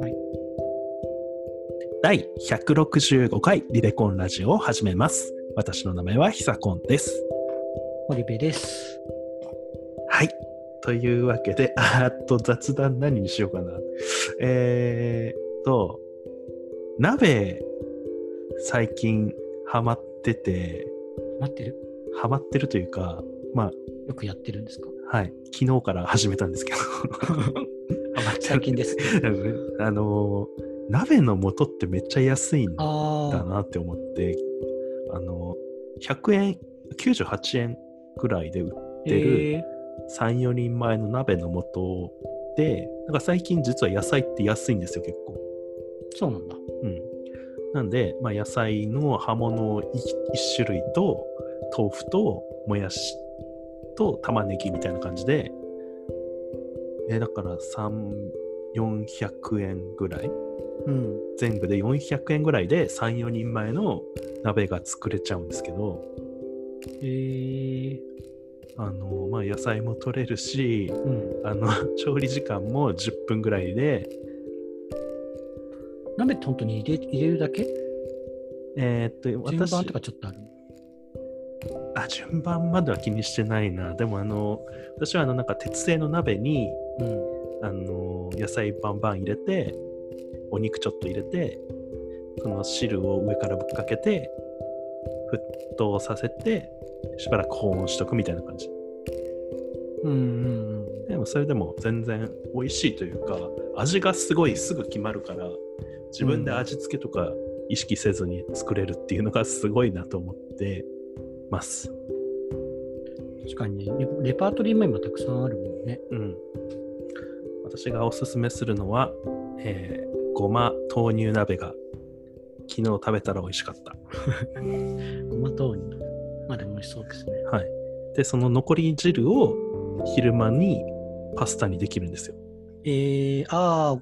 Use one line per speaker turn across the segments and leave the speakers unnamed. はい、第165回リレコンラジオを始めます。私の名前はヒサコンです。
堀部です。
はい。というわけで、 あーっと雑談何にしようかな。えーっと、鍋、最近ハマってて、
待ってる
ハマってるというか、まあ、
よくやってる んですか
はい、昨日から始めたんですけど。
最近です。
あのー鍋の素ってめっちゃ安いんだ
ああ。
なって思って、あのー100円、98円ぐらいで売ってる
えー
3、4人前の鍋の素で、なんか最近実は野菜って安いんですよ、結構。
そうなんだ。
うん。なんで、まあ、野菜の葉物 1, 種類と、豆腐と、もやしと、玉ねぎみたいな感じで、えだから3、400円ぐらい
うん。
全部で400円ぐらいで34人前の鍋が作れちゃうんですけど
えー、
あの、まあ、野菜も取れるし
うん。
あの調理時間も10分ぐらいで、
鍋って本当に入れ入れるだけ
えーっと
順
私
番とかちょっとある。
あ順番までは気にしてないなでもあの私はあのなんか鉄製の鍋に
うん。
あの野菜バンバン入れてお肉ちょっと入れてその汁を上からぶっかけて沸騰させてしばらく保温しとくみたいな感じ
うんうんうん。
でもそれでも全然美味しいというか味がすごいすぐ決まるから自分で味付けとか意識せずに作れるっていうのがすごいなと思ってます。
確かにね、レレパートリーも今たくさんあるもんね。
うん、私がおすすめするのは、えーごま豆乳鍋が昨日食べたら美味しかった。
ごま豆乳。まあでも美味しそうですね。
はい、でその残り汁を昼間にパスタにできるんですよ。
えー、ああ、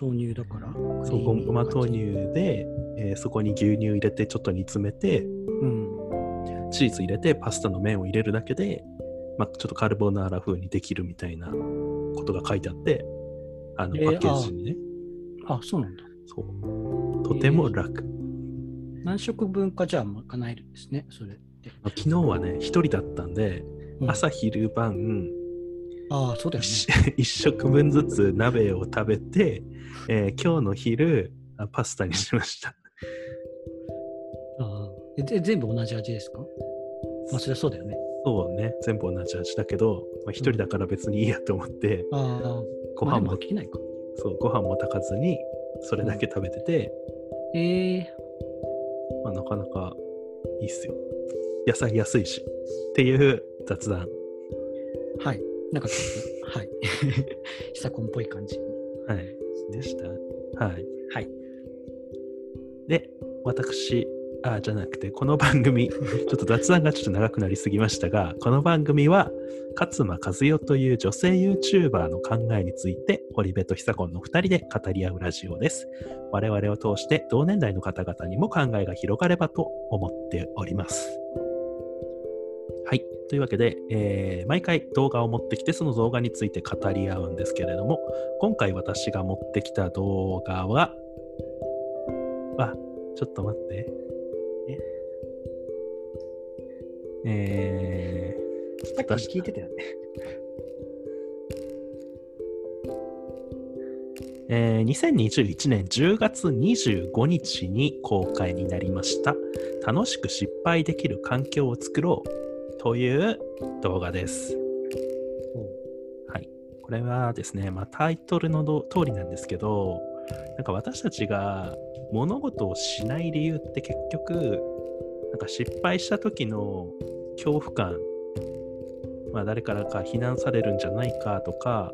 豆乳だから。
そうごごま豆乳。で、えーそこに牛乳入れてちょっと煮詰めて
うん。
チーズ入れてパスタの麺を入れるだけで、まあ、ちょっとカルボナーラ風にできるみたいなことが書いてあってあの
えー
パッケージにね、
あ、そうなんだ。
そうとても楽、
何食分かじゃあ賄えるんですね、それって。
まあ昨日はね一人だったんで、
うん
朝昼晩
ああ、そうだよね。
一 一食分ずつ鍋を食べて、えー今日の昼あパスタにしました
ああえで全部同じ味ですかまあそりゃそうだよね。
そうね全部同じ味だけどまあ一人だから別にいいやと思って、
ああ、
ご飯
まあで
も
飽きないか。
そうご飯も炊かずにそれだけ食べてて、
ええ
まあ、なかなかいいっすよ。野菜安いし。っていう雑談。
はい。なんかちょっ と、はい。ヒサコンっぽい感じ。
はい。でした。はい。
はい。
で、私、あ、じゃなくて、この番 組、ちょっと雑談がちょっと長くなりすぎましたが、この番組は、勝間和代という女性 YouTuber の考えについて、堀部と久子の2人で語り合うラジオです。我々を通して、同年代の方々にも考えが広がればと思っております。はい。というわけで、えー毎回動画を持ってきて、その動画について語り合うんですけれども、今回私が持ってきた動画は、あ、ちょっと待って。えー、
さっき
出し
聞いてたよね。
えー2021年10月25日に公開になりました「楽しく失敗できる環境を作ろう」という動画です。はい、これはですね、まあ、タイトルのど通りなんですけどなんか私たちが物事をしない理由って結局なんか失敗した時の恐怖感、まあ、誰からか非難されるんじゃないかとか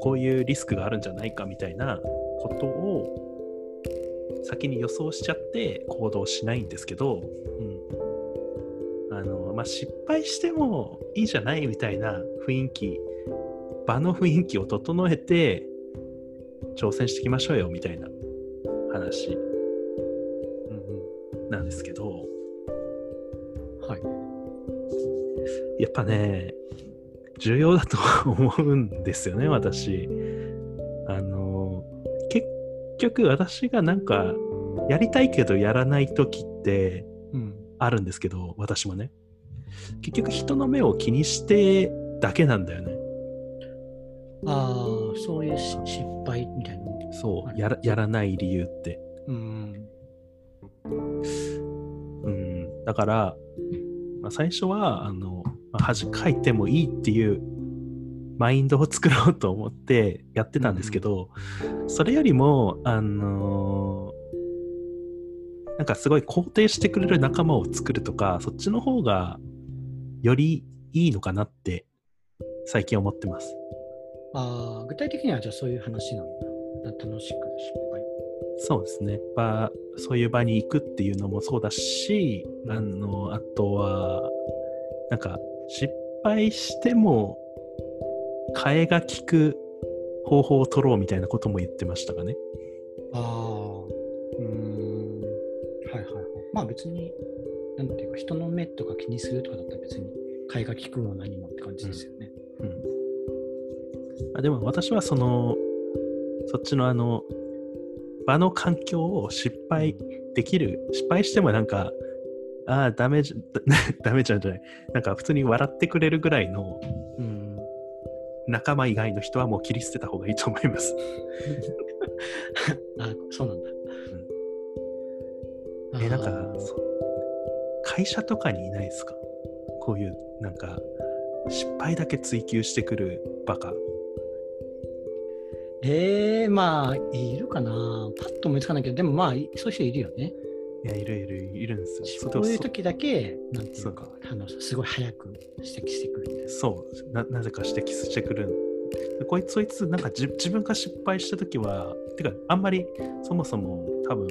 こういうリスクがあるんじゃないかみたいなことを先に予想しちゃって行動しないんですけど、うんあのまあ、失敗してもいいじゃないみたいな雰囲気場の雰囲気を整えて挑戦していきましょうよみたいな話、うんうん、なんですけど
はい。
やっぱね重要だと思うんですよね、私。あの、結局私がなんか、やりたいけどやらない時って
うん。
あるんですけど、私もね。結局人の目を気にしてだけなんだよね。
ああ、そういうし失敗みたいな。
そ
あ
う、
れ
やらやらない理由って。
うん。
うん、だから、まあ、最初はあの、まあ恥かいてもいいっていうマインドを作ろうと思ってやってたんですけど、それよりも、あのーなんかすごい肯定してくれる仲間を作るとかそっちの方がよりいいのかなって最近思ってます。
ああ、具体的にはじゃあそういう話なんだ。楽しく失敗。
そうですね場そういう場に行くっていうのもそうだしあのあとはなんか失敗しても替えが利く方法を取ろうみたいなことも言ってましたかね。
ああ、うーん。はいはいはい。まあ別に、なんていうか、人の目とか気にするとかだったら別に、買いが利くも何もって感じですよね。
うん、あでも私はそのそっちのあの場の環境を失敗できる失敗してもなんかああダメじゃ ダメじゃんじゃないなんか普通に笑ってくれるぐらいの
うん。
仲間以外の人はもう切り捨てた方がいいと思います。
あそうなんだ。あー
え、なんか、そう会社とかにいないですかこういう、なんか、失敗だけ追求してくるバカ。
えー、まあ、いるかな。パッと思いつかないけど、でもまあ、いそういう人いるよね。
いや、いるいるいるんですよ。そう
そういう
でも
時だけ、なんていうか
そ、
あのすごい早く指摘してくるみたいな。
そうそうな、なぜか指摘してくる。でこいつ、そいつ、なんかじ自分が失敗したときは、てか、あんまりそもそも多分、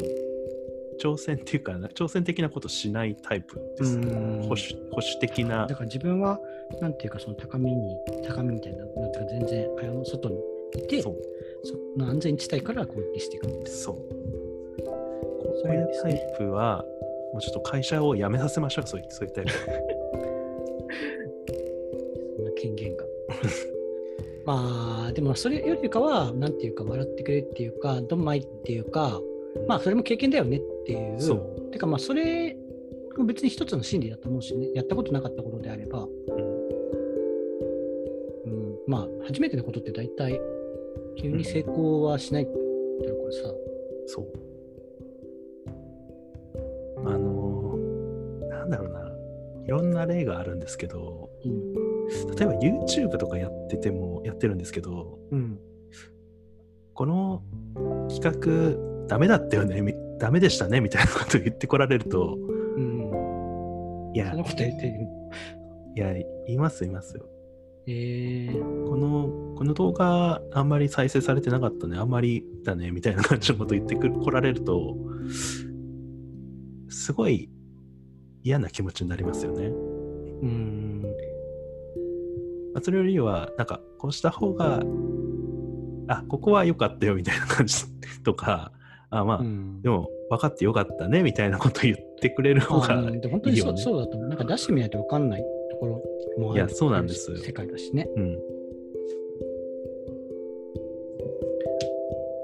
挑戦っていうかな、挑戦的なことしないタイプです。
うん
保守保守的な
だ。から自分は、なんていうか、その高みに、高みみたいな、なんていうか、全然、あの外にいて、
そう
その安全地帯から攻撃していくみたいな。
そう。
そ
こう
れ
い
いういです
タ
ね
イプは、もうちょっと会社を辞めさせましょう、そういそういうタイプ。
そんな権限が。まあ、でもそれよりかは、なんていうか、笑ってくれっていうか、どんまいっていうか、 まあ、それも経験だよねっていう。
そう。
てかまあそれも別に一つの心理だと思うしねやったことなかったことであれば、
うん
うん、まあ初めてのことって大体急に成功はしないっていうからさ、
そう。あのーなんだろうな。いろんな例があるんですけど、
うん
例えば YouTube とかやってても、やってるんですけど、
うん、
この企画、ダメだったよね、みダメでしたね、みたいなこと言ってこられると、いや
そん、なこと言ってる
いや、います、いますよ。
えー、
このこの動画あんまり再生されてなかったねあんまりだねみたいな感じのこと言ってく来られるとすごい嫌な気持ちになりますよね。
うん
まあそれよりはなんかこうした方があここは良かったよみたいな感じとかあまあ、
うん
でも分かって良かったねみたいなこと言ってくれる方
あ
が
ーでも本当
いい
に
よ
そう
ね。
そうだと思うなんか出してみないと分かんないところもある
いやそうなんです
世界だしね
うん、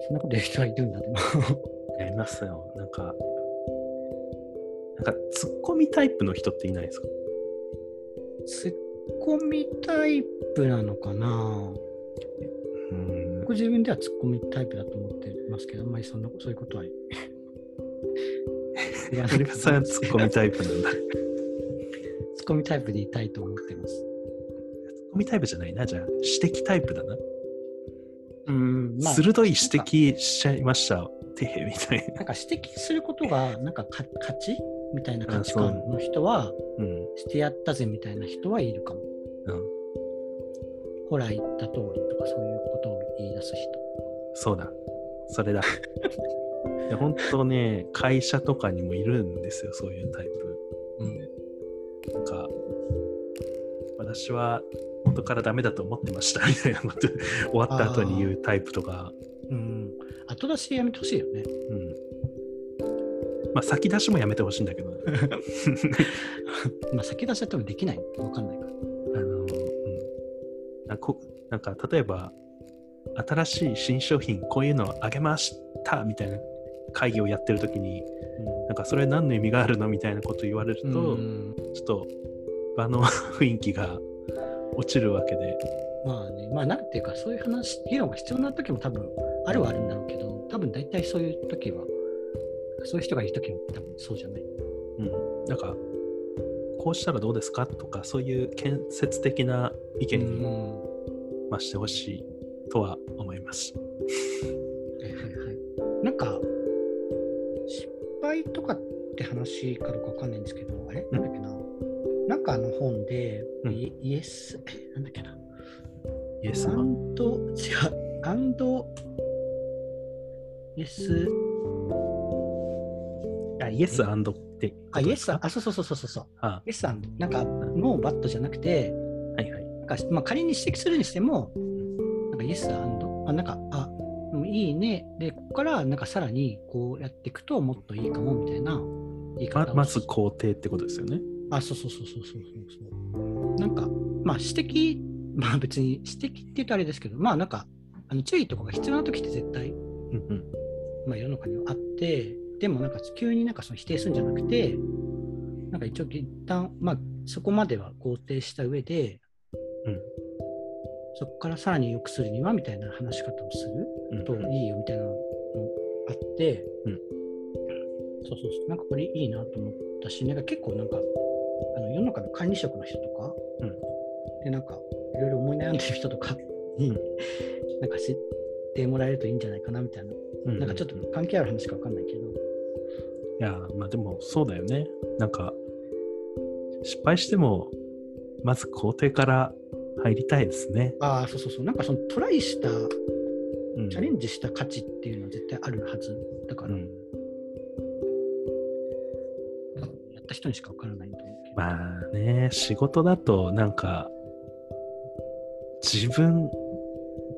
そんなこと言う人はいるんだでも
やりますよなんかなんかツッコミタイプの人っていないですか
ツッコミタイプなのかな
うん
僕自分ではツッコミタイプだと思ってますけど、あんまりそんなそういうことは。いや
アリバさんはツッコミタイプなん だ。ツ
ツッコミタイプでいたいと思ってます。
ッコミタイプじゃないな、じゃあ、指摘タイプだな。
うんまあ、
鋭い指摘しちゃいました、てへみたいな。
なんか指摘することが、なんかか勝ちみたいな価値観の人は、
うん。
してやったぜみたいな人はいるかも。
うん、
ほら言った通りとか、そういうことを言い出す
そうだ。そ れだ。いや本当ね、会社とかにもいるんですよ、そういうタイプ。なんか、私は元からダメだと思ってました、みたいなこと、終わった後に言うタイプとか、
人。うん。後出しやめてほしいよね。
うん。まあ、先出しもやめてほしいんだけど、
まあ、先出しは多分できない。わかんないから。
あの、うん、なんかこなんか例えば、新しい新商品、こういうのをあげましたみたいな会議をやってるときに、なんかそれ何の意味があるのみたいなこと言われると、
うん
ちょっと場の雰囲気が落ちるわけで。
まあね、まあなんていうか、そういう話、議論が必要な時も多分あるはあるんだろうけど、多分大体そういう時は、そういう人がいる時は多分そうじゃない。
うん、なんかこうしたらどうですかとかそういう建設的な意見
う
に
ん
増してほしいとは思います。
はいはいはい。なんか、失敗とかって話かどうかわかんないんですけど、あれなんだっけな。なんかあの本で、
うん
イイエス、えなんだっけな。
イエス
ア
マン。
ンド、違う、アンド、イエス、
あイエスアンドってこと
あ、イエ
で
ス
す
さ
か。
ん、あ、そうそうそうそうそうそう。
あ
イエスさん、なんか、ノーバットじゃなくて、
はいはい。
なんかまあ、仮に指摘するにしても、なんかイエスあ、なんか、あ、うんいいね。で、ここから、なんかさらにこうやっていくと、もっといいかも、みたいな言い方を
ままず肯定ってことですよね。
あ、そうそうそうそうそうそうそう。なんか、まあ指摘、まあ別に指摘って言うとあれですけど、まあなんか、あの注意とかが必要な時って絶対、
うんうん
まあ世の中にはあって、でもなんか急になんかその否定するんじゃなくて、なんか一応一旦、まあそこまでは肯定した上で、
うん
そこからさらに良くするにはみたいな話し方をする。
うんうん
といいよみたいなのあって、
うん
そうそうそうなんかこれいいなと思ったしなんか結構なんかあの世の中の管理職の人とか、
うん
でなんかいろいろ思い悩んでる人とかに、なんか知ってもらえるといいんじゃないかなみたいな、
うう
なんかちょっと
い
関係ある話かわかんないけど、
やまあでもそうだよね。なんか失敗してもまず肯定から入りたいですね。
ああそうそうそうなんかそのトライした
うん、
チャレンジした価値っていうのは絶対あるはずだから、
うん
やった人にしかわからないと思うけど、
まあね、仕事だとなんか自分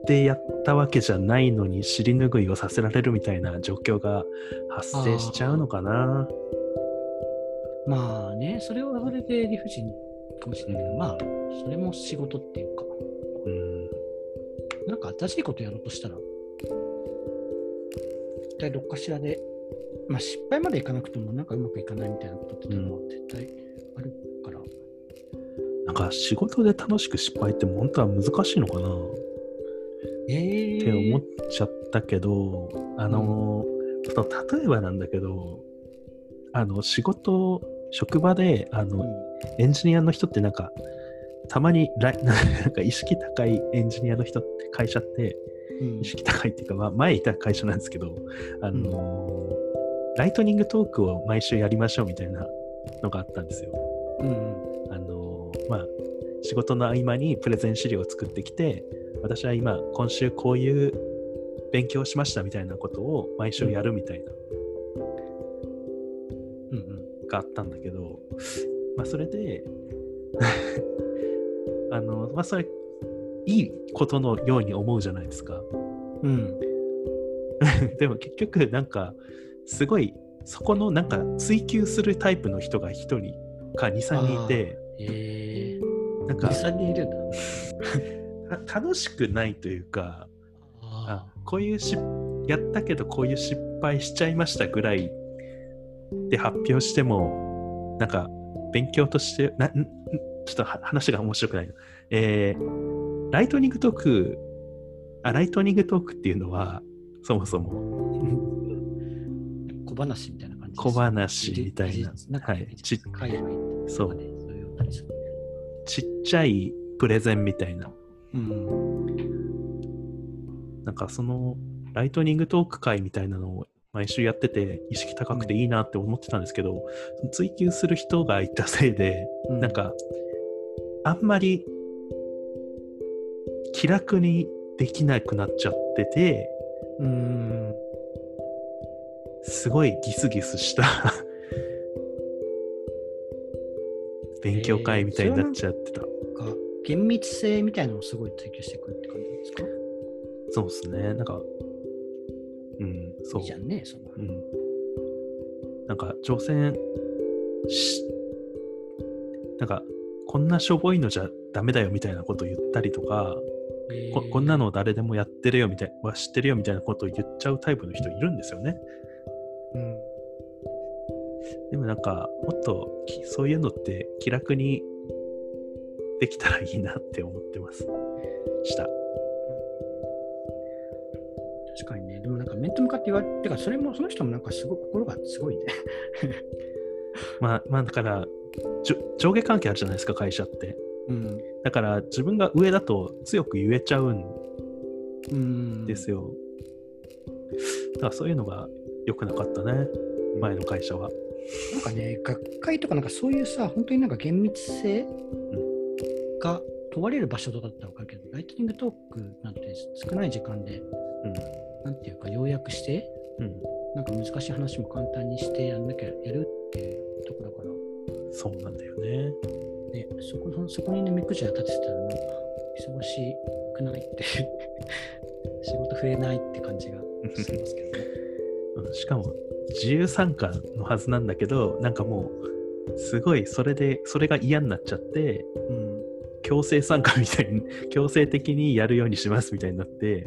でやったわけじゃないのに尻拭いをさせられるみたいな状況が発生しちゃうのかな。
まあね、それはそれで理不尽かもしれないけど、
うん
まあ、それも仕事っていうか、
うん、
なんか新しいことやろうとしたら、絶対どっかしらで、まあ失敗までいかなくても、なんかうまくいかないみたいなことって多分
う
絶対あるから、
なんか仕事で楽しく失敗って本当は難しいのかなっ
えー
て思っちゃったけど、あの、その例えばなんだけど、あの仕事、職場であの、エンジニアの人ってなんか、たまにらい なんか意識高いエンジニアの人って会社って、
うんうん
意識高いっていうか、まあ、前いた会社なんですけど、あのーライトニングトークを毎週やりましょうみたいなのがあったんですよ。
うん
あのーまあ、仕事の合間にプレゼン資料を作ってきて、私は今、今週こういう勉強をしましたみたいなことを毎週やるみたいな。
うんうん
があったんだけど、まあ、それで あの、まあ、それいいことのように思うじゃないですか
うん
でも結局なんかすごいそこのなんか追求するタイプの人が1人か23人いて
え
なん
ー、
か
実際にいるんだ。
た楽しくないというかあ
あ
こういうしやったけどこういう失敗しちゃいましたぐらいで発表してもなんか勉強としてなんんちょっとは話が面白くないなえーライトニングトークあライトニングトークっていうのはそもそも
ー小話みたいな感じです
小話みたいな
技術ん
は
か
いちっ
海外
そ
とか
う
でそういうのありそう
ちっちゃいプレゼンみたいな
うん
なんかそのライトニングトーク会みたいなのを毎週やってて意識高くていいなって思ってたんですけど、追求する人がいたせいでなん、か、あんまり気楽にできなくなっちゃってて、
うん、
すごいギスギスした 勉強会みたいになっちゃってた。
か厳密性みたいなのをすごい追求してくるって感じですか
そうですね。なんか、うん、そう。
いいじゃんね、その。
うん、なんか、挑戦し、なんか、こんなしょぼいのじゃダメだよみたいなことを言ったりとか、
えー
ここんなの誰でもやってるよみたいは知ってるよみたいなことを言っちゃうタイプの人いるんですよね。
うん
でもなんかもっときそういうのって気楽にできたらいいなって思ってます。した。
確かにね、でもなんか面と向かって言われてか、それもその人もなんかすごい心がすごいね。
まあまあだからじょ上下関係あるじゃないですか会社って。
うん、
だから自分が上だと強く言えちゃうん
うん
ですよ。だからそういうのが良くなかったね前の会社は。
なんかね、学会とかなんかそういうさ、本当になんか厳密性が問われる場所とかだったら分かるけど、ライトニングトークなんて少ない時間で、なんていうか、要約して、
うん、うん
なんか難しい話も簡単にしてやんなきゃやるっていうとこだから、
そうなんだよね。
ね、そこそこにね、目くじら立ててたら、なんか忙しくないって、 仕事増えないって感じがしますけどね。
うんしかも自由参加のはずなんだけどなんかもうすごいそれでそれが嫌になっちゃって
うん
強制参加みたいに 強制的にやるようにしますみたいになって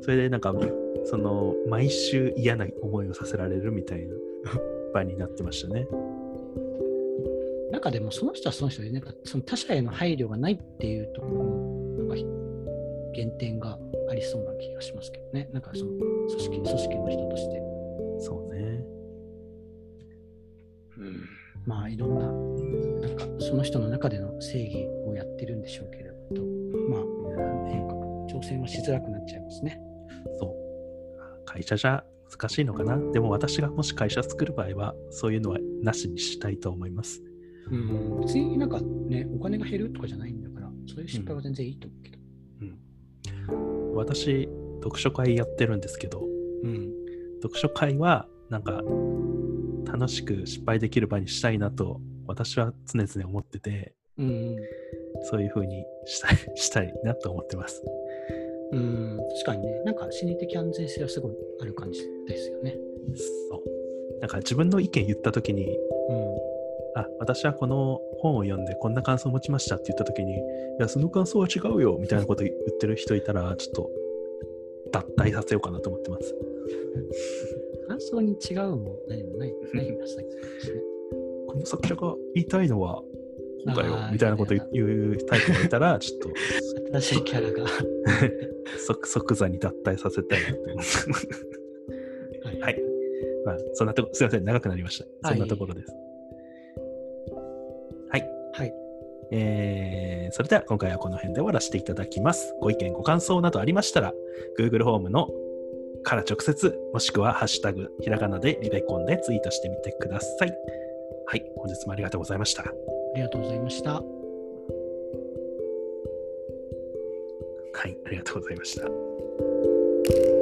それでなんかその毎週嫌な思いをさせられるみたいな 場になってましたね。
中でもその人はその人で、なんかその他者への配慮がないっていうところのなんか原点がありそうな気がしますけどね、なんかその組織組織の人として。
そうね。
まあいろんな、なんかその人の中での正義をやってるんでしょうけれど、まあ、なんか挑戦はしづらくなっちゃいますね。
そう。会社じゃ難しいのかな。でも私がもし会社作る場合はそういうのはなしにしたいと思います。
うん、別になんかね、お金が減るとかじゃないんだから、そういう失敗は全然いいと思うけど。
私読書会やってるんですけど
うん、
読書会はなんか楽しく失敗できる場にしたいなと私は常々思ってて
うん、
そういう風にしたい したいなと思ってます
うん、確かにね、なんか心理的安全性はすごいある感じですよね。
そうなんか自分の意見言った時に
うん
あ私はこの本を読んでこんな感想を持ちましたって言った時にいやその感想は違うよみたいなこと言ってる人いたらちょっと脱退させようかなと思ってます
感想に違うも何もない、ないはずだけどね。
この作者が言いたいのはこうだよ
あー
みたいなこと言う言うタイプがいたらちょっと
新しいキャラが。は
即即座に脱退させたいなと思って はいい。まあ、そんなとこ、すいません、長くなりました。
は
そ
い
んなところです。はい。
はい。
えーそれでは今回はこの辺で終わらせていただきます。ご意見、ご感想などありましたら、Google ホームのから直接、もしくはハッシュタグ、ひらがなでリベコンでツイートしてみてください。はい。本日もありがとうございました。は
ありがとうございました。
い。ありがとうございました。